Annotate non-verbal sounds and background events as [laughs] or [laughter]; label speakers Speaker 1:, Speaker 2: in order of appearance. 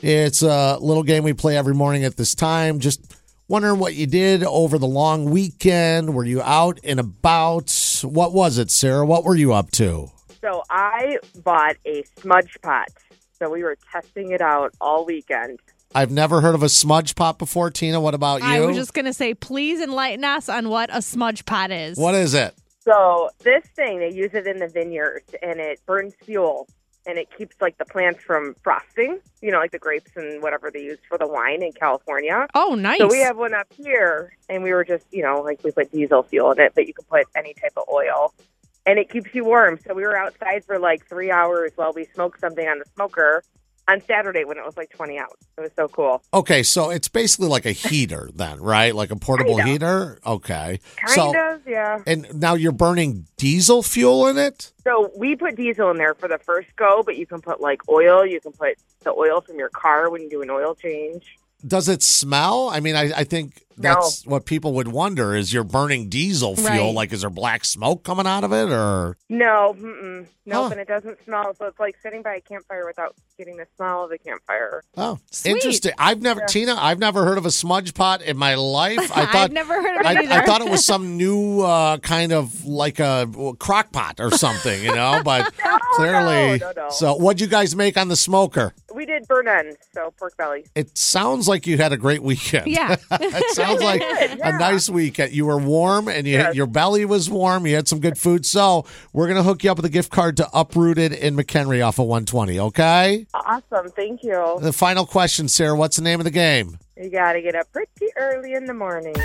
Speaker 1: It's a little game we play every morning at this time. Just wondering what you did over the long weekend. Were you out and about? What was it, Sarah? What were you up to?
Speaker 2: So I bought a smudge pot. So we were testing it out all weekend.
Speaker 1: I've never heard of a smudge pot before, Tina. What about you?
Speaker 3: I was just going to say, please enlighten us on what a smudge pot is.
Speaker 1: what is it?
Speaker 2: So this thing, they use it in the vineyards and it burns fuel and it keeps like the plants from frosting, you know, like the grapes and whatever they use for the wine in California.
Speaker 3: Oh, nice.
Speaker 2: So we have one up here and we were just, you know, like we put diesel fuel in it, but you can put any type of oil and it keeps you warm. So we were outside for like three hours while we smoked something on the smoker on Saturday when it was like 20 out. It was so cool.
Speaker 1: Okay, so it's basically like a heater, then, right? Like a portable heater. Okay,
Speaker 2: Kind
Speaker 1: so
Speaker 2: of, yeah.
Speaker 1: and now you're burning diesel fuel in it.
Speaker 2: So we put diesel in there for the first go, but you can put like oil. You can put the oil from your car when you do an oil change.
Speaker 1: Does it smell? I mean, I, I think that's what people would wonder: is you're burning diesel fuel?
Speaker 3: Right.
Speaker 1: Like, is there black smoke coming out of it, or
Speaker 2: No, mm-mm, nope,
Speaker 1: Huh.
Speaker 2: and it doesn't smell. So it's like sitting by a campfire without getting the smell of the campfire.
Speaker 1: oh,
Speaker 3: Sweet.
Speaker 1: interesting? I've never, Tina, I've never heard of a smudge pot in my
Speaker 3: [laughs]
Speaker 1: life. I thought
Speaker 3: I've never heard of it
Speaker 1: I,
Speaker 3: either.
Speaker 1: I thought it was some new uh, kind of like a crock pot or something, you know. But clearly,
Speaker 2: no, no.
Speaker 1: so what'd you guys make on the smoker?
Speaker 2: We did burn end, so pork belly.
Speaker 1: It sounds like you had a great weekend.
Speaker 3: [laughs] Yeah.
Speaker 1: [laughs] it sounds like a nice weekend. You were warm and you, your belly was warm. You had some good food. So we're gonna hook you up with a gift card to Uprooted in McHenry off of 120. Okay.
Speaker 2: Awesome, thank you.
Speaker 1: The final question, Sarah. What's the name of the game?
Speaker 2: You got to get up pretty early in the morning.